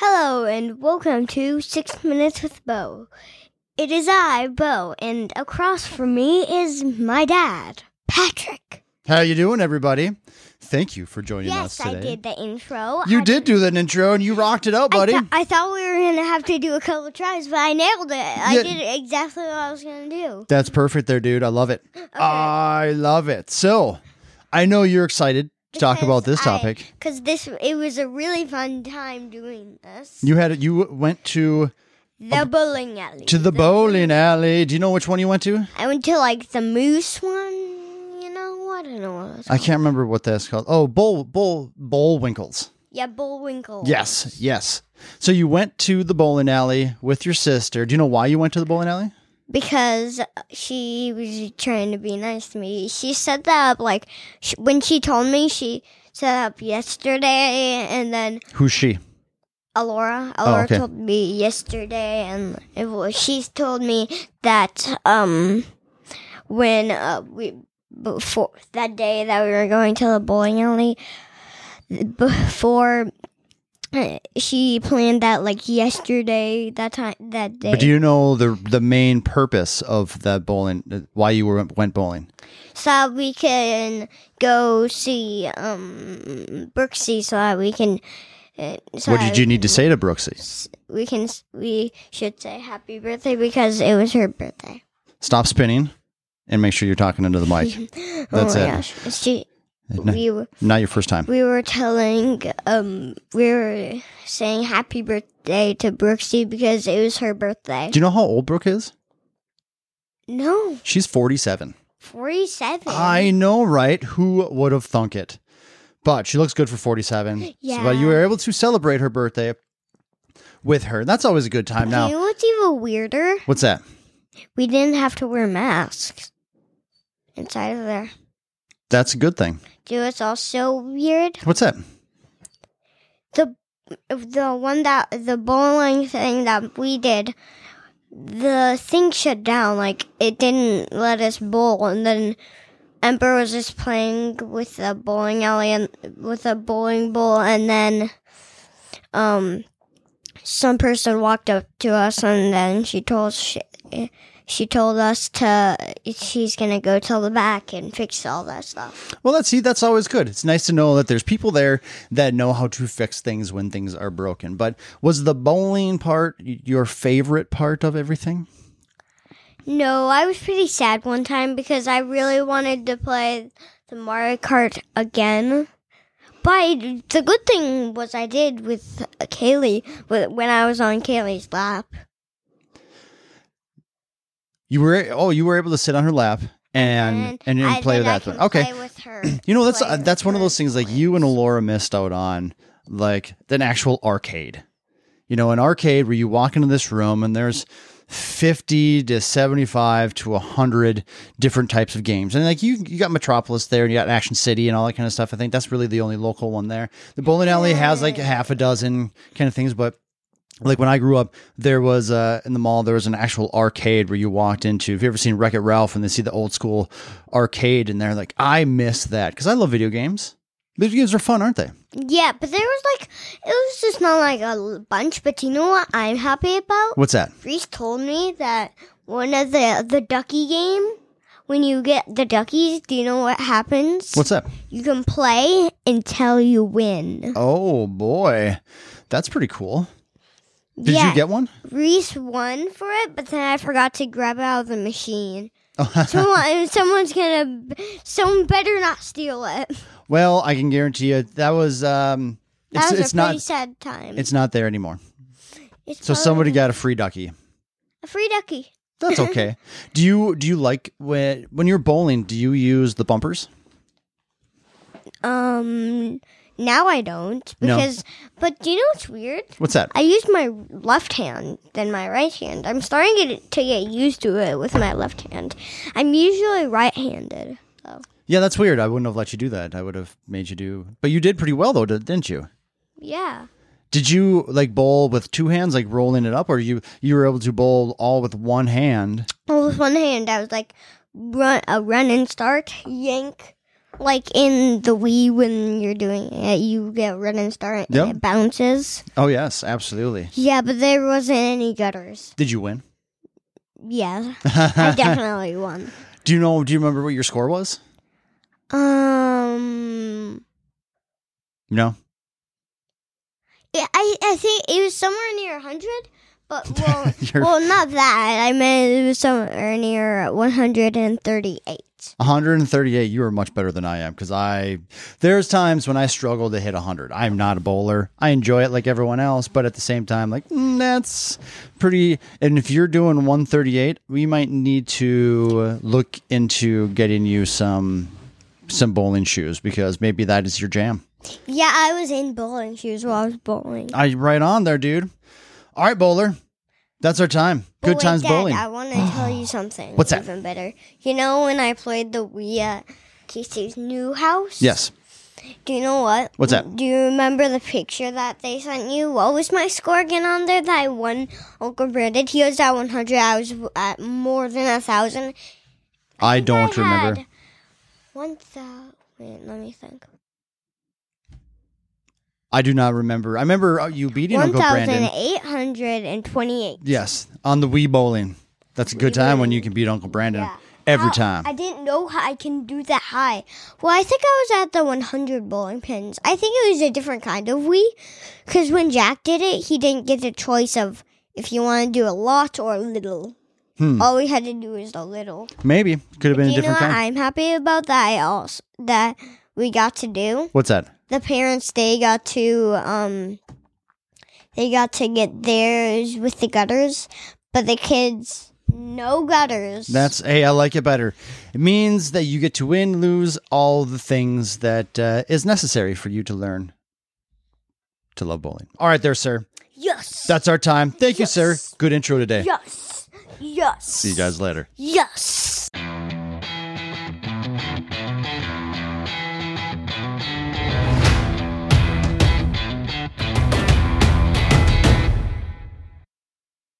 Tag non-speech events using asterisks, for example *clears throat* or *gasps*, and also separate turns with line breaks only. and welcome to Six Minutes with Bo. It is I, Bo, and across from me is my dad, Patrick.
How you doing, everybody? Thank you for joining
yes,
us today.
I did the intro.
You
I-
did do that intro, and you rocked it up,
I,
buddy.
thought- I thought we were going to have to do a couple tries, but I nailed it. I
Yeah.
did exactly what I was going to do.
That's perfect, there, dude. I
*gasps*
love it. I love it. So, I know you're excited to talk about this topic.
Because I- 'cause this, it was a really fun time doing this.
you had you went to
The bowling alley.
to the bowling alley. Do you know which one you went to?
I went to like the moose one, you know? I don't know what it was.
I can't remember what that's called. Oh, bowl bowl bowl winkles.
yeah, Bullwinkle.
Yes, yes. So you went to the bowling alley with your sister. Do you know why you went to the bowling alley?
because she was trying to be nice to me. She set that up like sh- when she told me she set up yesterday, and then
Who's she?
Alora, Alora
Oh, okay.
told me yesterday, and it was, she's told me that um when uh, we before that day that we were going to the bowling alley before. uh, She planned that like yesterday, that time, that day.
But do you know the the main purpose of that bowling? Why you were, went bowling?
so we can go see um Brooksy so that we can uh, so
what did
that
you need to say to Brooksy?
we can s- we should say happy birthday because it was her birthday.
Stop spinning, and make sure you're talking into the mic.
*laughs*
That's
oh my
it.
gosh. She
N-
we were
Not your first time.
we were telling um we were saying happy birthday to Brooksy because it was her birthday.
Do you know how old Brooke is?
no,
She's 47.
47.
I know, right? Who would have thunk it? But she looks good for 47.
Yeah.
So, but you were able to celebrate her birthday with her. That's always a good time.
You
Now,
know what's even weirder?
what's that?
We didn't have to wear masks inside of there.
That's a good thing.
Do it's also weird.
What's that?
The the one that the bowling thing that we did, the thing shut down. Like it didn't let us bowl, and then Emperor was just playing with the bowling alley and with a bowling ball, and then um some person walked up to us, and then she told she, she told us to she's gonna go to the back and fix all that stuff.
Well, that's see, that's always good. It's nice to know that there's people there that know how to fix things when things are broken. But was the bowling part y- your favorite part of everything?
No, I was pretty sad one time because I really wanted to play the Mario Kart again. But the good thing was I did with Kaylee with- when I was on Kaylee's lap.
You were oh, you were able to sit on her lap and and,
Mm-hmm. I-
play
then I
that.
can
one. Okay,
play with her.
*clears throat* you know that's
play
uh,
with
that's one of
her
those things like you and
toys.
Alora missed out on, like an actual arcade. You know, an arcade where you walk into this room and there's. 50 to 75 to 100 different types of games. And like you you got Metropolis there and you got Action City and all that kind of stuff. I think that's really the only local one there. The bowling alley has like half a dozen kind of things, but like when I grew up, there was uh, in the mall there was an actual arcade where you walked into. If you ever seen Wreck It Ralph and they see the old school arcade in there, like I miss that because I love video games. Video games are fun, aren't they?
Yeah, but there was like it was just not like a l- bunch. But you know what I'm happy about?
What's that?
Reese told me that one of the the ducky game. When you get the duckies, do you know what happens?
What's that?
You can play until you win.
Oh boy, that's pretty cool. Did
yeah,
you get one?
Reese won for it, but then I forgot to grab it out of the machine.
*laughs*
Someone, someone's gonna, someone better not steal it.
Well, I can guarantee you that was um,
That
it's,
was
it's
a
not
pretty Oh. sad time.
it's not there anymore.
It's
So
probably
somebody got a free ducky.
a free ducky. *laughs*
That's okay. do you do you like when when you're bowling? Do you use the bumpers?
Um, now I don't
No.
because. But do you know what's weird?
What's that?
I use my left hand than my right hand. I'm starting to get- to get used to it with my left hand. I'm usually right-handed. So.
Yeah, that's weird. I wouldn't have let you do that. I would have made you do. But you did pretty well though, di- didn't you?
Yeah.
Did you like bowl with two hands, like rolling it up, or you you were able to bowl all with one hand?
Well, with one hand, I was like, run a run and start, yank, like in the Wii when you're doing it, you get red and start and
Yep.
it bounces.
Oh yes, absolutely.
Yeah, but there wasn't any gutters.
Did you win? *laughs*
Yeah, I definitely won.
do you know? Do you remember what your score was?
Um,
No.
yeah, I I think it was somewhere near hundred, but well,
You're
well, not that. I meant it was somewhere near one hundred and thirty-eight.
138. You are much better than I am because I there's times when I struggle to hit 100. I'm not a bowler. I enjoy it like everyone else, but at the same time, like mm, that's pretty. And if you're doing 138, we might need to look into getting you some some bowling shoes because maybe that is your jam.
Yeah, I was in bowling shoes while I was bowling.
I right on there, dude. All right, bowler. That's our time.
But
Good
wait,
times
Dad,
bowling.
I want to tell
*gasps*
you something.
What's that?
Even better. You know when I played the Wii at Casey's new house?
yes.
Do you know what?
What's that?
Do you remember the picture that they sent you? What was my score again on there that I won Uncle Brandon? He was at 100. I was at more than a 1,000.
I
I had
don't remember.
One thousand. Wait, let me think.
I do not remember. I remember uh, you beating Uncle Brandon.
1,828.
Yes, on the Wii bowling. That's a good time when you can beat Uncle Brandon
Yeah.
every
How-
time.
I didn't know how I can do that high. Well, I think I was at the 100 bowling pins. I think it was a different kind of Wii. Because when Jack did it, he didn't get the choice of if you want to do a lot or a little. All we had to do was the little.
Maybe could have Hmm. been a
you know
different
what
time.
I'm happy about that I also that we got to do?
What's that?
The parents they got to um they got to get theirs with the gutters, but the kids no gutters.
That's hey, I like it better. It means that you get to win, lose all the things that uh, is necessary for you to learn to love bowling. All right, there, sir.
yes.
That's our time. Thank you, sir. Good intro today.
Yes. Yes.
See you guys later.
Yes.